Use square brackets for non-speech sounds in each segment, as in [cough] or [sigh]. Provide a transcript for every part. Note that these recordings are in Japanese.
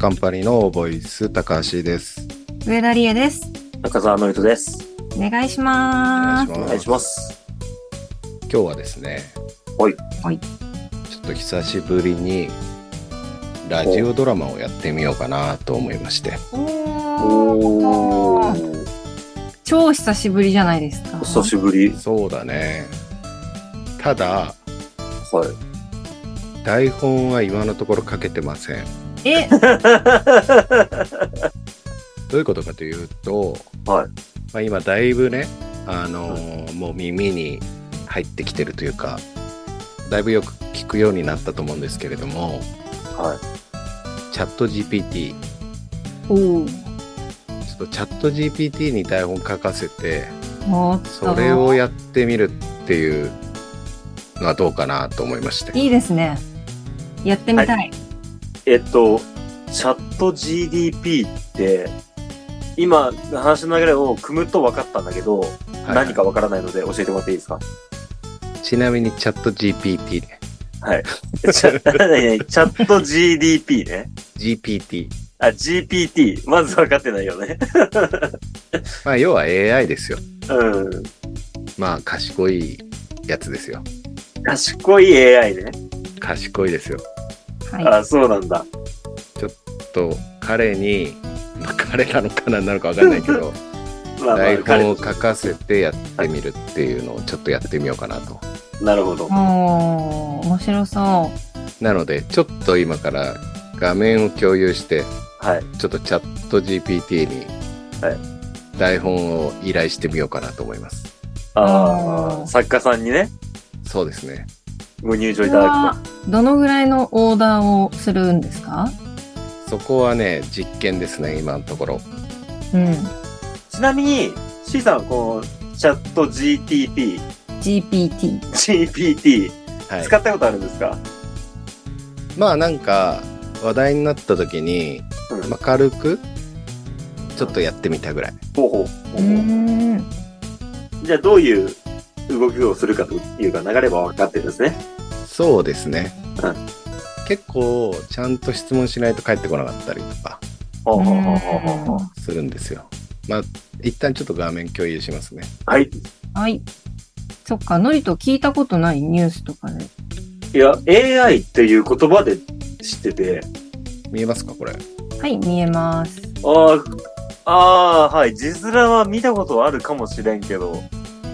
カンパニーのボイス高橋です。上田理恵です。中澤のりとです。お願いしおます。お願いします。今日はですね。はい。はいちょっと久しぶりに。ラジオドラマをやってみようかなと思いまして。おーー超久しぶりじゃないですか。久しぶり。そうだね。ただ。はい。台本は今のところ書けてません。え、どういうことかというと。はい。まあ、今だいぶね。あのーもう耳に。入ってきてるというか。だいぶよく聞くようになったと思うんですけれども。はチャット GPT ちおーょっとチャット GPT に台本書かせておっとそれをやってみるっていうのはどうかなと思いましていいですね。やってみたい。はえっと、チャット GDP って、今、話の流れを組むと分かったんだけど、はい何か分からないので教えてもらっていいですかちなみにチャット GPT ねはい。チャ [laughs] チャット GDP ね。 GPT あ、GPT。まず分かってないよね。まあ要は AI ですようん。まあ賢いやつですよ賢い AI ね。賢いですよはい。あ、そうなんだ。と彼に、まあ、彼なのか何なのか分かんないけど [laughs] まあま台あ、本を彼書かせてやってみるっていうのをちょっとやってみようかなとなるほど。おー面白そなのでちょっと今から画面を共有してはい。ちょっとチャット GPT には台本を依頼してみようかなと思います。ああーあ、作家さんにね、そうですね。ご入場う。いこたれだくはどのぐらいのオーダーをするんですかそこはね、実験ですね、今のところ。うん。ちなみに、C さん、このチャット GTP、 GPT。 GPT、はい使。ったことあるんですか、まあなんか、話題になった時に、うんまあ、軽く、ちょっとやってみたぐらい。ほうほうーうん。じゃあ、どういう動きをするかというか、流れは分かってるんですね。そうですねうん。結構、ちゃんと質問しないと返ってこなかったりとかほうほうほうほうほうするんですよ。まあ、一旦ちょっと画面共有しますね。はい。はい。そっか、のりと聞いたことないニュースとかで。いや、AI っていう言葉で知ってて、見えますかこれ。はい、見えます。あーあー、はい、字面は見たことあるかもしれんけど、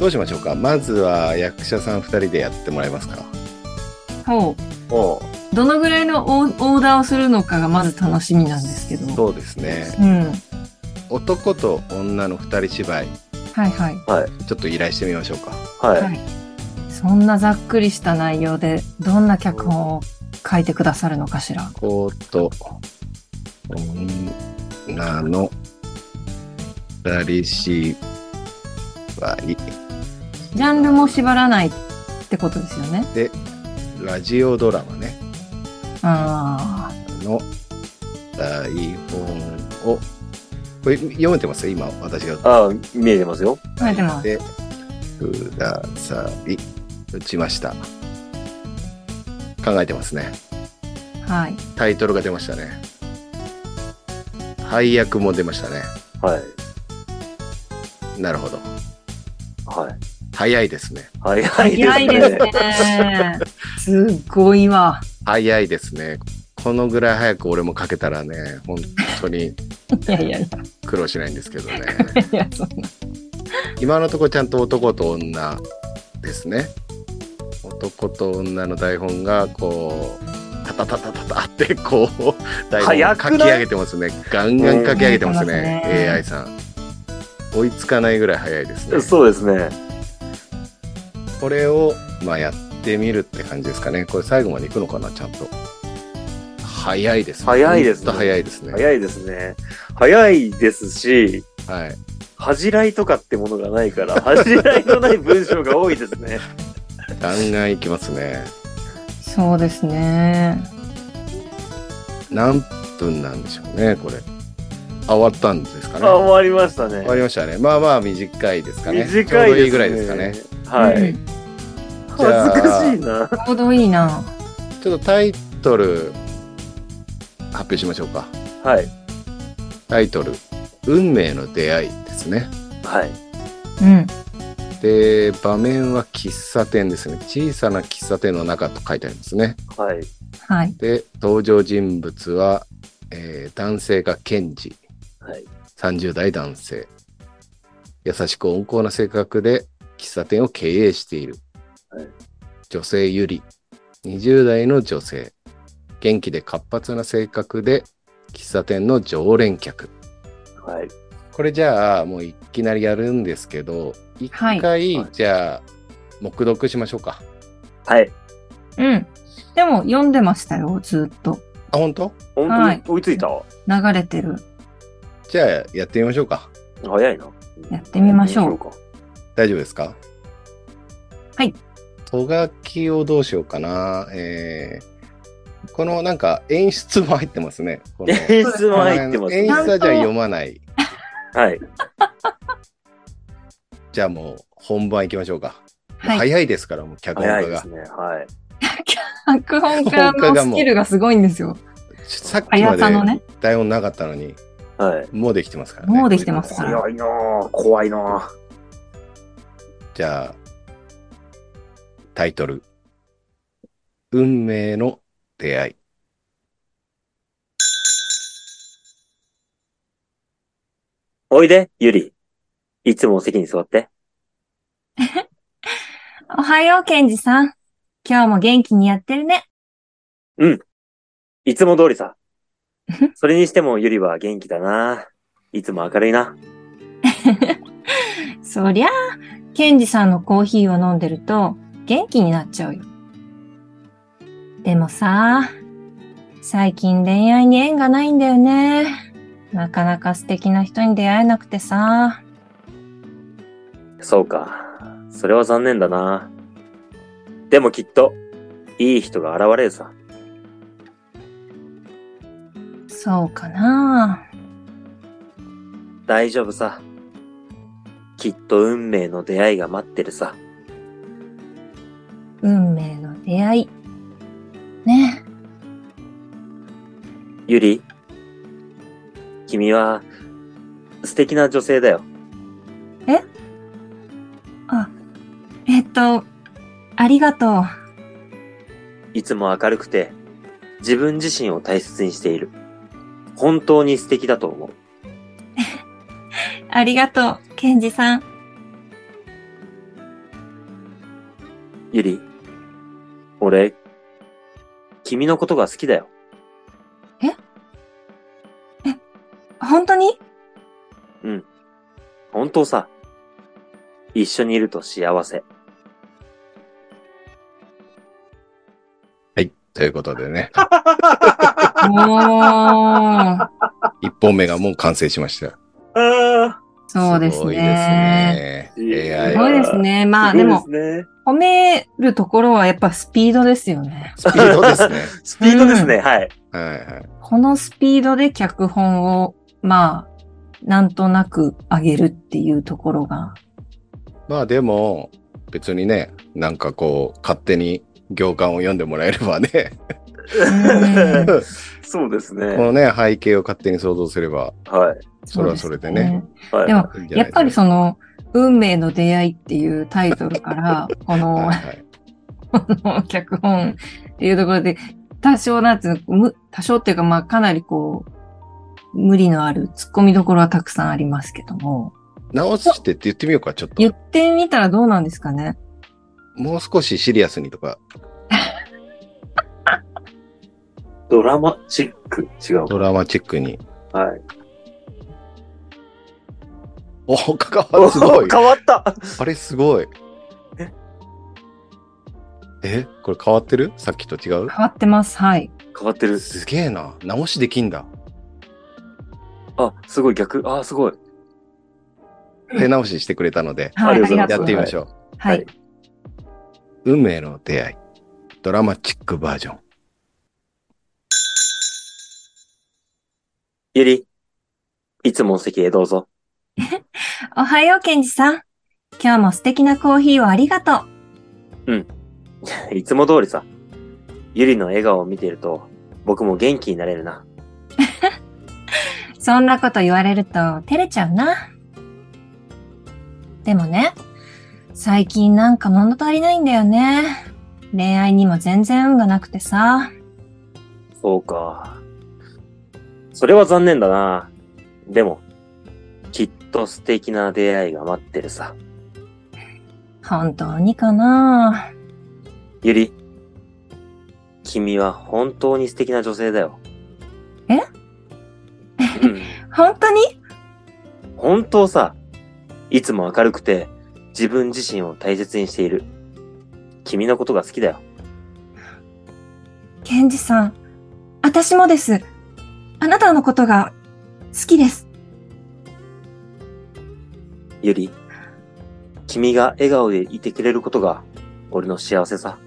どうしましょうかまずは役者さん2人でやってもらえますかほう。おうどのぐらいのオーオーダーをするのかがまず楽しみなんですけど。うそうですねん。男と女の2人芝居はいはい。ちょっと依頼してみましょうかはい。はい。そんなざっくりした内容で、どんな脚本を書いてくださるのかしら。男と女の2人芝居ジャンルも縛らないってことですよね。ラジオドラマねあの台本をこれ読めてます今私がああ、見えてますよ。あ。書いてます。でください打ちました考えてますねはい。タイトルが出ましたね配役も出ましたねはい。なるほどはい。早いですね早いですね。早いですね。 [laughs] すっごいわ。早いですねこのぐらい早く俺もかけたらね本当にいやいやい苦労しないんですけどねやいや、そんな。今のとこちゃんと男と女ですね男と女の台本がこうタタタタタタってこう台本を早書くきない上げてますねガンガン書き上げてますねうん書 AI いてますねさん追いつかないぐらい早いですね [laughs] そうですね。これを、まあ、やってみるって感じですかね。これ最後まで行くのかな、ちゃんと。早いですね。早いですねほんと早いですね。早いですね。早いですし、はい。恥じらいとかってものがな [laughs] いから、恥じらいのない文章が多いですね。ガンガン行きますね。そうですね。何分なんでしょうね、これ。あ終わったんですかあ、ね。終終わりましたね。わりましたね。まあまあ短いですかね。短ちょいですね。うどいいぐらいですかね。はうい。んじゃあ恥ずかしいな。ちょうどいいな。ちょっとタイトル、発表しましょうか。はい。タイトル「運命の出会い」ですねはい。うん。で場面は喫茶店ですね小さな喫茶店の中と書いてありますねはい。はい。で登場人物は、えー男性が検事はい。 30代男性優しく温厚な性格で喫茶店を経営している、はい女性ゆり20代の女性元気で活発な性格で喫茶店の常連客はい。これじゃあもういきなりやるんですけど一は回、いじゃあ黙読しましょうかはい。うん。でも読んでましたよ、ずっと。あ本当本当に、はい追いついたわ流れてる。じゃあやってみましょうか早いな。やってみましょうやってみまし大丈夫ですかはい。とがきをどうしようかな。えー、このなんか演出も入ってますね。この演出も入ってます演ね。出はじゃあ読まない。はい。じゃあもう本番行きましょうか。はい。早いですから、もう脚本早家いでがす。ね。はい。脚本家脚本家がのもスうキルがすごいんですよ。さっきま早さのねで。台本なかったのに、はい。もうできてますからね。もうできてますから。早いなぁ。怖いなぁ。じゃあ、タイトル。運命の出会い。おいで、ゆり。いつもお席に座って。おはよう、ケンジさん。今日も元気にやってるね。いつも通りさ。それにしてもゆりは元気だなぁ。いつも明るいな。そりゃあ、ケンジさんのコーヒーを飲んでると元気になっちゃうよ。でもさ、最近恋愛に縁がないんだよね。なかなか素敵な人に出会えなくてさ。そうか。それは残念だな。でもきっと、いい人が現れるさ。そうかな。大丈夫さ。きっと運命の出会いが待ってるさ。運命の出会い。ね。ゆり、君は素敵な女性だよ。えっと、ありがとう。いつも明るくて、自分自身を大切にしている。本当に素敵だと思う。ありがとう、ケンジさん。ゆり、俺、君のことが好きだよ。本当に本当さ。一緒にいると幸せ。はい。ということでね、おー。一本目がもう完成しました。あそうですすごいね。ですね。すす AI ごいですね。まあでも、ね、褒めるところはやっぱスピードですよね。スピードですね。 [laughs] スピードですね、はい。はいはい。このスピードで脚本を、まあ、なんとなく上げるっていうところが。まあでも、別にね、なんかこう、勝手に行間を読んでもらえればね、 [laughs] うんこそうですね。のね、背景を勝手に想像すれば、はい。それはそれでね。はい、でもいいんじゃないでやっすかぱりその、運命の出会いっていうタイトルから、このはい、はい脚本っていうところで、多少なんていうの、む多少っていうかまあかなりこう、無理のある突っ込みどころはたくさんありますけども、直してって言ってみようか、ちょっと言。ってみたらどうなんですかねもう少しシリアスにとか、ドラマチック違うドラマチックに。か。はい。。お、かかわすごい変わったあれすごい。ええこれ変わってるさっきと違う変わってます。はい。変わってる。すげえな。直しできんだ。あ、すごい逆。あ、すごい。手直ししてくれたので、はい、ありがとやっうてございみまますしょう。はい。はい運命の出会い。ドラマチックバージョン。ゆり、いつもお席へどうぞ。おはよう、ケンジさん。今日も素敵なコーヒーをありがとう。いつも通りさ。ゆりの笑顔を見ていると、僕も元気になれるな。そんなこと言われると照れちゃうな。でもね、最近なんか物足りないんだよね。恋愛にも全然運がなくてさ。そうか。それは残念だな。でも、きっと素敵な出会いが待ってるさ。本当にかなゆり、君は本当に素敵な女性だよ。えうん。本当に本当さ、いつも明るくて、自分自身を大切にしている。君のことが好きだよ。ケンジさん、私もです。あなたのことが好きです。ゆり、君が笑顔でいてくれることが、俺の幸せさ。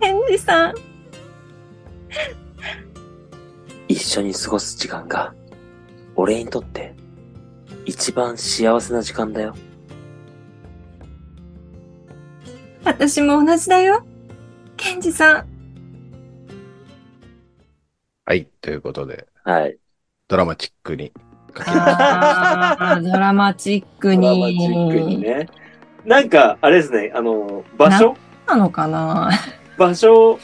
ケンジさん。一緒に過ごす時間が、俺にとって、一番幸せな時間だよ。私も同じだよ。ケンジさん。はい、ということで、はい。ドラマチックに書きました。あードラマチックドに。ラマチックにね。なんか、あれですね、あの、場所なのかな場所、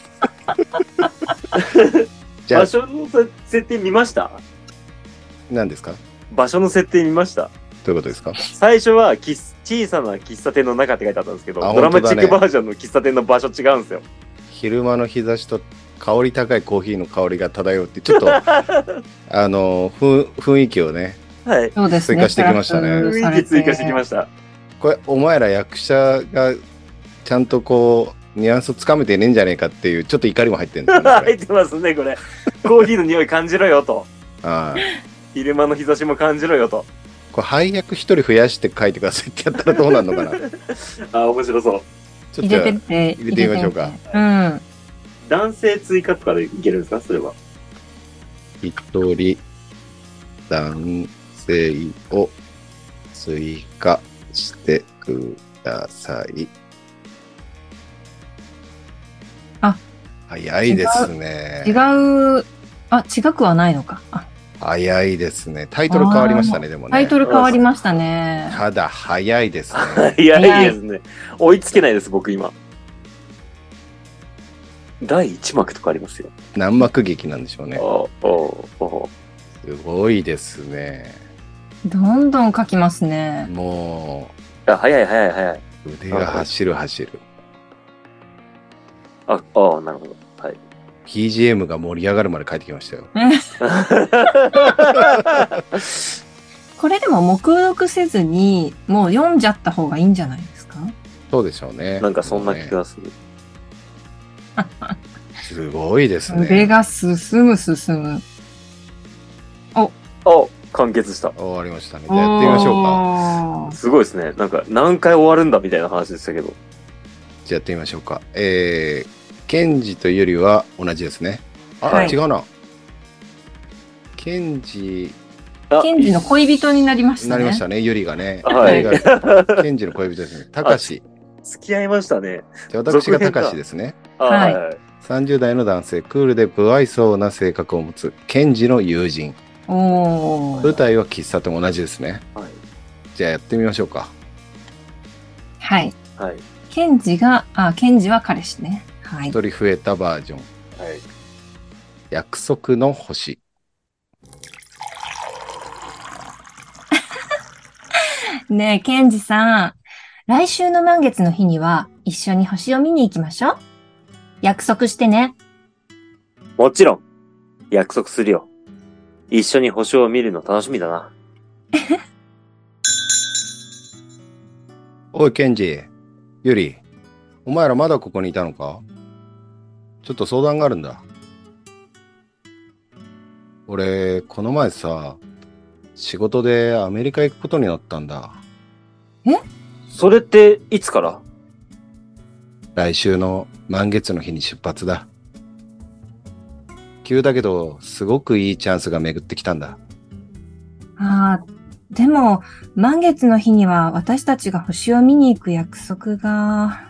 じゃあ場、所のせ設定見ました何ですか場所の設定見ましたどういうことですか最初は喫小さな喫茶店の中って書いてあったんですけど、あドラマチッ本当だねクバージョンの喫茶店の場所違うんですよ。昼間の日差しと香り高いコーヒーの香りが漂うってちょっ [laughs] とあのふ雰囲気をねはい。そうですね。追加してきましたねプラスさ雰れ囲気追加してきました。これお前ら役者がちゃんとこうニュアンスつかめてねえんじゃねえかっていうちょっと怒りも入ってるんですよね [laughs] こ入れってますね、これ。コーヒーの匂い感じろよと。はい昼間の日差しも感じろよと。これ配役一人増やして書いてくださいってやったらどうなるのかなちょっあ、面白そう。と入じゃあれてって。入れてみましょうか入れてみて。うん。男性追加とかでいけるんですかそれは。一人男性を追加してくださいあ早いですね違う、あ、違くはないのか。あ早いですね。タイトル変わりましたね、でもね。タイトル変わりましたね。ただ、早いですね。 [laughs] 早 [laughs] いですね。追いつけないです、僕今。第1幕とかありますよ。難幕劇なんでしょうね。おおおすごいですね。どんどん書きますね。もあ、早い早い早い。う、腕が走る走る。あ、あーなるほど。はい BGM が盛り上がるまで帰ってきましたよ。これでも目読せずに、もう読んじゃった方がいいんじゃないですかそうでしょうね。なんかそんもなうね気がする。すごいです腕ね。が進む進む。あ、完結した。終わりましたね。じゃあやってみましょうか。か。すごいですね。なんか何回終わるんだみたいな話でしたけど。じゃあやってみましょうか。えー、ケンジとユリは同じですね。あ、はい違うな。ケンジあケンジの恋人になりましたにね。なりましたね、ユリがね。はいユリがケンジの恋人ですね。たかし。付き合いましたね。じゃあ私がたかしですね。あはいはいはい。 30代の男性クールで不愛想な性格を持つケンジの友人お舞ー。台は喫茶店同じですねはいじゃあやってみましょうかはい。はい。ケンジが、あ、ケンジは彼氏ね。はい。一人増えたバージョンはい。約束の星ねえ、ケンジさん。来週の満月の日には、一緒に星を見に行きましょう。約束してね。もちろん、約束するよ。一緒に星を見るの楽しみだな。おいケンジユリお前らまだここにいたのかちょっと相談があるんだ俺この前さ仕事でアメリカ行くことになったんだそれって、いつから来週の満月の日に出発だ急だけどすごくいいチャンスが巡ってきたんだああ、でも、満月の日には私たちが星を見に行く約束が、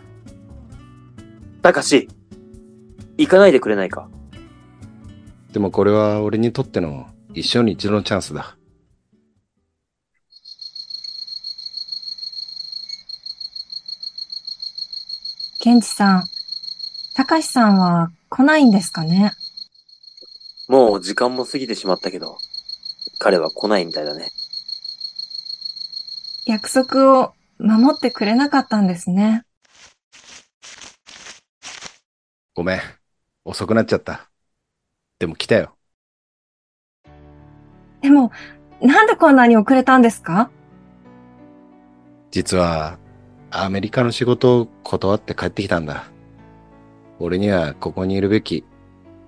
たかし、行かないでくれないか。でもこれは俺にとっての一生に一度のチャンスだ。ケンジさん、たかしさんは来ないんですかねもう時間も過ぎてしまったけど、彼は来ないみたいだね。約束を守ってくれなかったんですね。ごめん。遅くなっちゃった。でも来たよ。でも、なんでこんなに遅れたんですか実は、アメリカの仕事を断って帰ってきたんだ。俺にはここにいるべき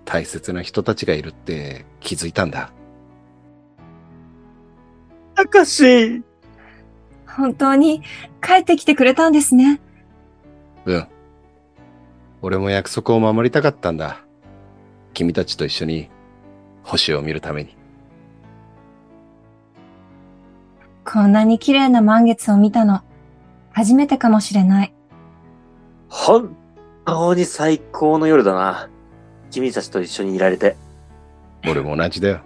大切な人たちがいるって気づいたんだ。たかし本当に帰ってきてくれたんですね。うん。俺も約束を守りたかったんだ。君たちと一緒に星を見るために。こんなに綺麗な満月を見たの、初めてかもしれない。本当に最高の夜だな。君たちと一緒にいられて。俺も同じだよ。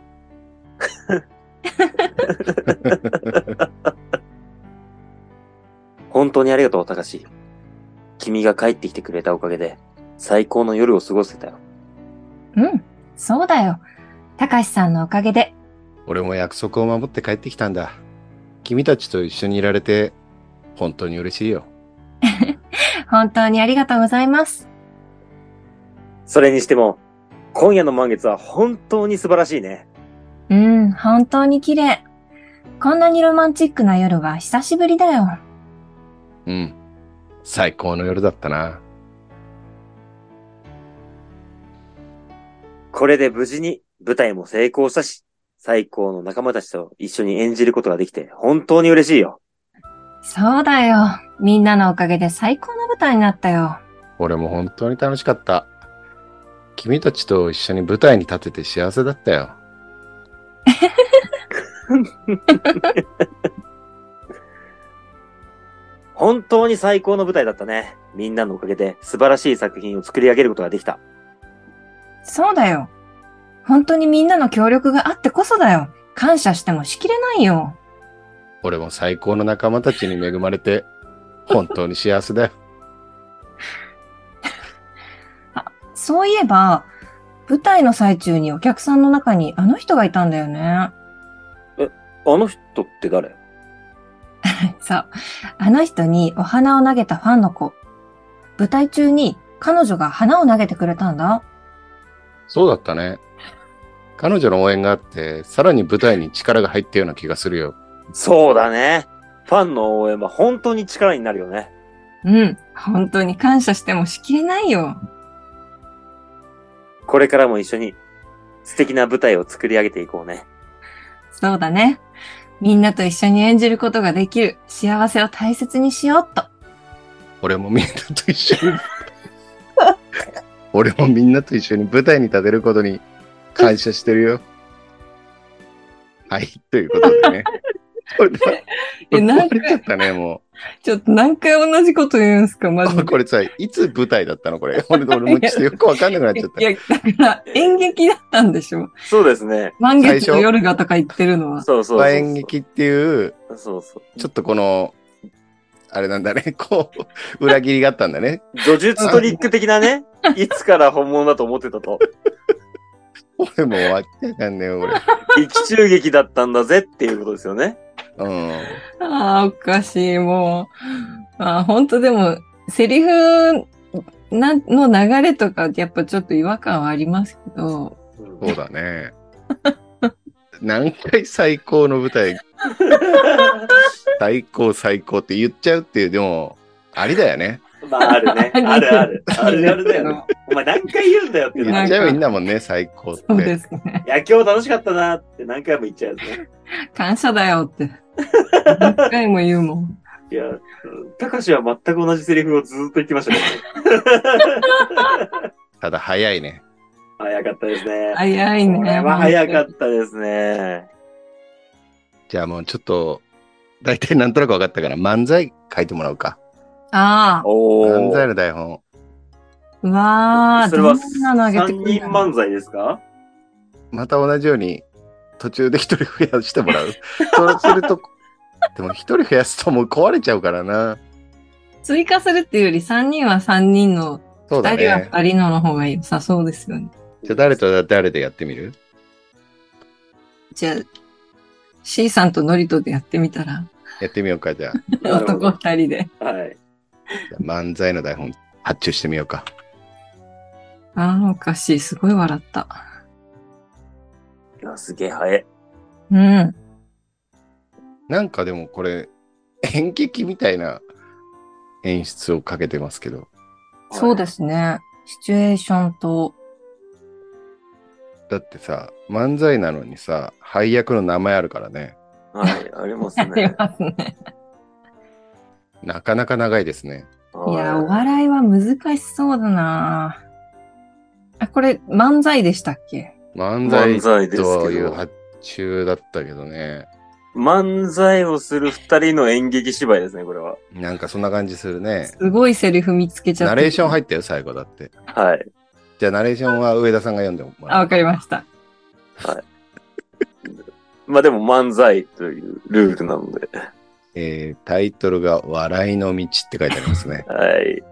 本当にありがとう、たかし。君が帰ってきてくれたおかげで、最高の夜を過ごせたよ。うん、そうだよ。たかしさんのおかげで、俺も約束を守って帰ってきたんだ。君たちと一緒にいられて本当に嬉しいよ。本当にありがとうございます。それにしても、今夜の満月は本当に素晴らしいね。うん、本当に綺麗。こんなにロマンチックな夜は久しぶりだよ。うん。最高の夜だったな。これで無事に舞台も成功したし、最高の仲間たちと一緒に演じることができて本当に嬉しいよ。そうだよ。みんなのおかげで最高の舞台になったよ。俺も本当に楽しかった。君たちと一緒に舞台に立てて幸せだったよ。本当に最高の舞台だったね。みんなのおかげで素晴らしい作品を作り上げることができた。そうだよ。本当にみんなの協力があってこそだよ。感謝してもしきれないよ。俺も最高の仲間たちに恵まれて本当に幸せだよ。そういえば、舞台の最中にお客さんの中にあの人がいたんだよね。あの人って誰そう。あの人にお花を投げたファンの子。舞台中に彼女が花を投げてくれたんだ。そうだったね。彼女の応援があって、さらに舞台に力が入ったような気がするよ。そうだね。ファンの応援は本当に力になるよね。うん。本当に感謝してもしきれないよ。これからも一緒に素敵な舞台を作り上げていこうね。そうだね。みんなと一緒に演じることができる幸せを大切にしようっと。俺もみんなと一 [laughs] 緒に俺もみんなと一緒に舞台に立てることに感謝してるよはいということで [laughs] ねこれでえなんか壊れちゃったねもちょっと何回同じこと言うんすか、マう [laughs] これさいつ舞台だったのこれ俺俺もちょっとよくわかんなくなっちゃったいや、だから演劇だったんでしょ。そうですね。満月の夜がとか言ってるのは。そうそうそうそう。演劇っていうそうそう。ちょっとこのあれなんだね [laughs] こう裏切りがあったんだね叙述トリック的な [laughs] ね、いつから本物だと思ってたと。俺もうわけわかんねえよ俺劇中劇だったんだぜっていうことですよね。うんああ、おかしい、もう。ああ、本当でも、セリフなんの流れとか、やっぱちょっと違和感はありますけど。そうだね何回最高の舞台最高最高って言っちゃうっていう、でも、ありだよね。まあ、あ [laughs] るね。あるある。あるあるだよね。お前何回言うんだよって言なっる。ちゃうみんなもんね、最高っそうでて。すね。いや、今日楽しかったなって何回も言っちゃうね。感謝だよって。何回も言うもん。いや、たかしは全く同じセリフをずっと言ってましたけど。ただ早いね。 [laughs] 早かったですね。早いね。これは早かったですね。じゃあもうちょっと、大体なんとなく分かったから、漫才書いてもらうか。あお漫才ー。の台本。あ、うわあ、それどはんなのあげて3くれ人るの漫才ですかまた同じように途中で一人増やしても [laughs] らう。そうすると、でも一人増やすともう壊れちゃうからな。追加するっていうより3人は3人の、そうだ2人はね。 2人のの方が良さそうですよね。じゃあ誰と誰でやってみるじゃあ、C さんとノリとでやってみたら、やってみようか、じゃあ。なるほ男ど2人で。はい。じゃあ漫才の台本発注してみようか。ああ、おかしい。すごい笑った。いやすげえ早い。うん。なんかでもこれ、演劇みたいな演出をかけてますけど。そうですね。シチュエーションと、だってさ、漫才なのにさ、配役の名前あるからね。はい、ありま [laughs] すありね。ますね。なかなか長いですね。いや、おは笑いは難しそうだなあ、これ、漫才でしたっけ漫漫才才ですけというど、発注だったけどね。漫才をする二人の演劇芝居ですね、これは。なんかそんな感じするねす。ごいセリフ見つけちゃった。ナレーション入ったよ、最後だって。はい。じゃあナレーションは上田さんが読んでもあ、らわかりました。まあでも漫才というルールなので。。えー、タイトルが笑いの道って書いてあります [laughs] ねはい。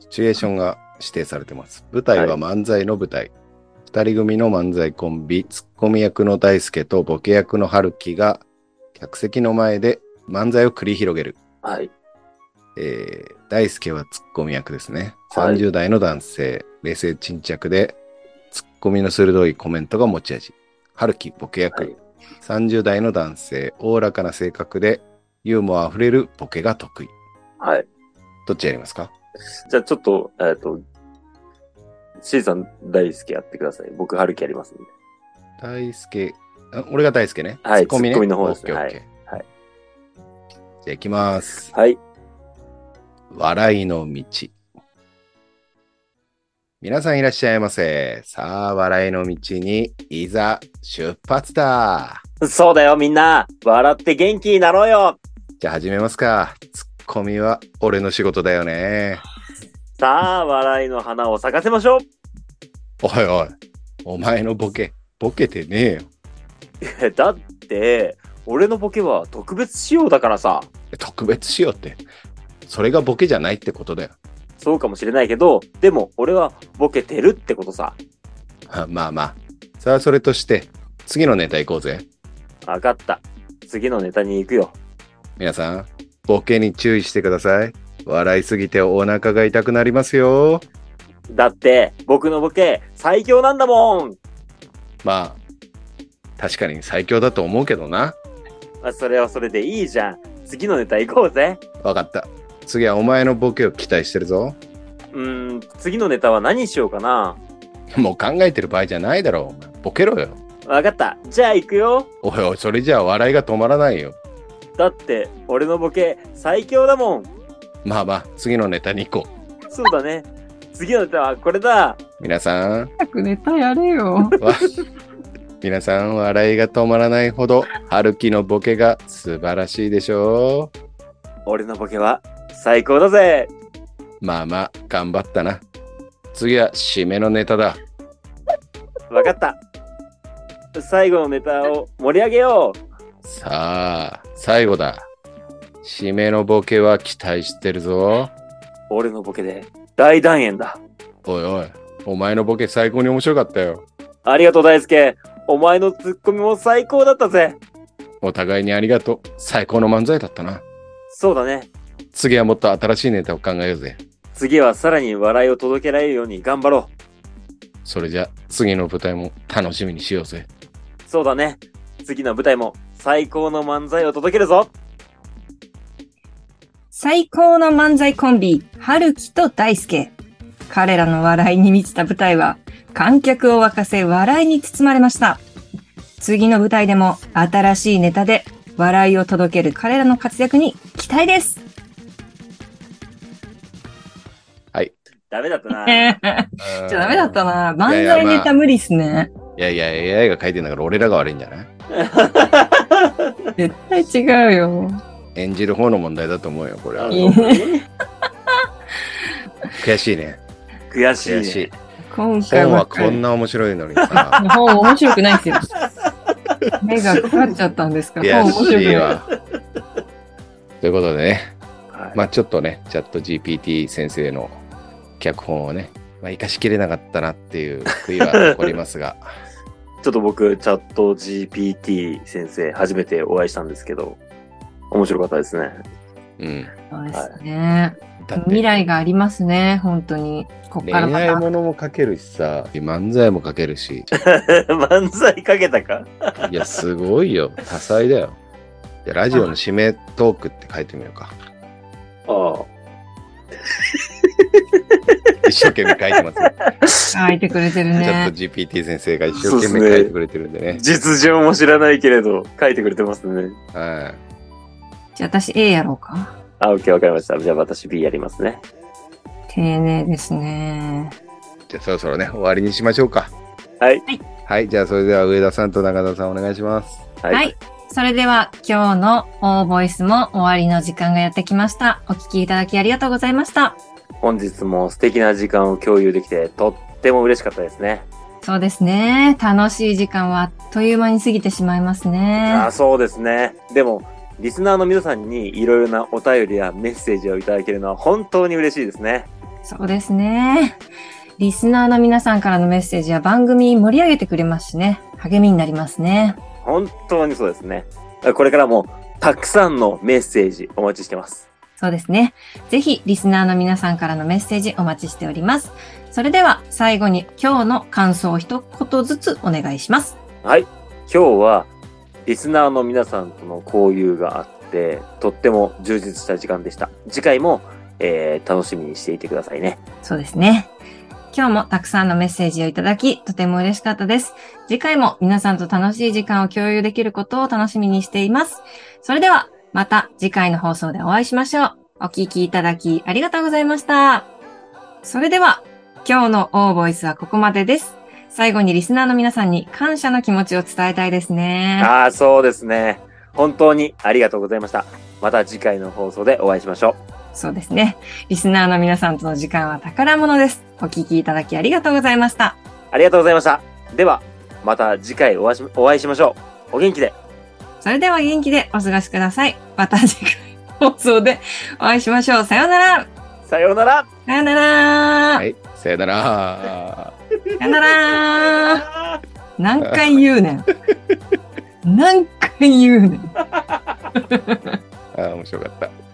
シチュエーションが指定されてます。舞台は漫才の舞台。二人組の漫才コンビ、ツッコミ役の大輔とボケ役の春樹が客席の前で漫才を繰り広げる。はい。えー大輔はツッコミ役ですね。はい30代の男性、冷静沈着で、ツッコミの鋭いコメントが持ち味。春樹、ボケ役。はい30代の男性、おおらかな性格で、ユーモアあふれるボケが得意。はい。どっちやりますかじゃあちょっと、えっ、と、C さん大好きやってください。僕、春樹やりますんで。大輔、あ俺が大輔ね。はいね。ツッコミの方ですオッケーオッケーはいはいじゃあ行きます。はい。笑いの道。皆さんいらっしゃいませ。さあ、笑いの道に、いざ、出発だ。そうだよ、みんな笑って元気になろうよじゃあ始めますか。ツッコミは俺の仕事だよね。さあ、笑いの花を咲かせましょうおいおい、お前のボケ、ボケてねえよ。 [laughs] だって、俺のボケは特別仕様だからさ。特別しようって。それがボケじゃないってことだよ。そうかもしれないけど、でも俺はボケてるってことさ。あまあまあ。さあ、それとして、次のネタ行こうぜ。わかった。次のネタに行くよ。皆さん、ボケに注意してください。笑いすぎてお腹が痛くなりますよ。だって、僕のボケ、最強なんだもんまあ、確かに最強だと思うけどな。あそれはそれでいいじゃん。次のネタ行こうぜ。わかった。次はお前のボケを期待してるぞ。うーん、次のネタは何しようかな。もう考えてる場合じゃないだろう。ボケろよ。わかった。じゃあ行くよ。おいおい、それじゃあ笑いが止まらないよ。だって、俺のボケ、最強だもん。まあまあ、次のネタに行こう。そうだね。次のネタはこれだ。皆さん、早くネタやれよ。わ [laughs] 皆さん、笑いが止まらないほど、春樹のボケが素晴らしいでしょう。俺のボケは、最高だぜ。まあまあ、頑張ったな。次は締めのネタだ。わかった。最後のネタを盛り上げよう。さあ、最後だ。締めのボケは期待してるぞ。俺のボケで、大団円だ。おいおい、お前のボケ最高に面白かったよ。ありがとう大輔。お前のツッコミも最高だったぜ。お互いにありがとう。最高の漫才だったな。そうだね。次はもっと新しいネタを考えようぜ。次はさらに笑いを届けられるように頑張ろそれじゃ、次の舞台も楽しみにしようぜ。う。そうだね。次の舞台も最高の漫才を届けるぞ。最高の漫才コンビ、春樹と大輔。彼らの笑いに満ちた舞台は、観客を沸かせ笑いに包まれました。次の舞台でも新しいネタで笑いを届ける彼らの活躍に期待 [laughs] です。ダメだったな。 [laughs] じゃダメだったな。漫いやい才やまあネタ無理っすね。いやいや、AI が書いてんだから俺らが悪いんじゃない絶対違うよ。演じる方の問題だと思うよ、これ [laughs] は。いいね悔しいね。悔しい、ね。悔しい。今回本ばはっかりこんな面白いのにさ。本面白くないですよ。目がかかっちゃったんですから、悔 [laughs] 本面白しいくない。わ。ということでね、はいまあちょっとね、チャット GPT 先生の脚本をね、まあ、生かしきれなかったなっていう悔いは残りますが、 [laughs] ちょっと僕、チャット GPT 先生、初めてお会いしたんですけど、面白かったですね。 [laughs] うん。そうですね。だって未来がありますね、本当に。こっ恋からま愛た。ものも書けるしさ、漫才も書けるし、漫才かけたかいや、すごいよ。 [laughs] 多彩だよ。じゃあラジオの締めトークって書いてみようか。あ一生懸命書いてますよ。あ。あ、いてくれて [laughs] るチャッねト。GPT 先生が一生懸命書いてくれてるんでね。実情も知らないけれど、書いてくれてますね。はじゃあ私 A やろうか。あ、OK、わかりました。じゃあ私 B やりますね。丁寧ですね。い。じゃあそろそろね、終わりにしましょうか。はい。はい。じゃあそれでは上田さんと中田さんお願いします。はい。はい。それでは今日のオーボイスも終わりの時間がやってきました。お聞きいただきありがとうございました。本日も素敵な時間を共有できて、とっても嬉しかったですね。そうですね。楽しい時間はあっという間に過ぎてしまいますねあ。そうですね。でも、リスナーの皆さんにいろいろなお便りやメッセージをいただけるのは本当に嬉しいですね。そうですね。リスナーの皆さんからのメッセージや番組盛り上げてくれますしね。励みになりますね。本当にそうですね。これからもたくさんのメッセージお待ちしてます。そうですね。ぜひ、リスナーの皆さんからのメッセージお待ちしております。それでは、最後に今日の感想を一言ずつお願いします。はい。今日はリスナーの皆さんとの交流があって、とっても充実した時間でした。次回も、えー楽しみにしていてくださいね。そうですね。今日もたくさんのメッセージをいただき、とても嬉しかったです。次回も皆さんと楽しい時間を共有できることを楽しみにしています。それでは、また次回の放送でお会いしましょう。お聞きいただきありがとうございました。それでは、今日のオーボイスはここまでです。最後にリスナーの皆さんに感謝の気持ちを伝えたいですね。ああ、そうですね。本当にありがとうございました。また次回の放送でお会いしましょう。そうですね。リスナーの皆さんとの時間は宝物です。お聞きいただきありがとうございました。ありがとうございました。では、また次回お会いしお会いしましょう。お元気で。それでは元気でお過ごしください。また次回の放送でお会いしましょう。さようならさようなら。さようなら、はい。さよなら。さようなら何回言うねん。何回言うねん。あー面白かった。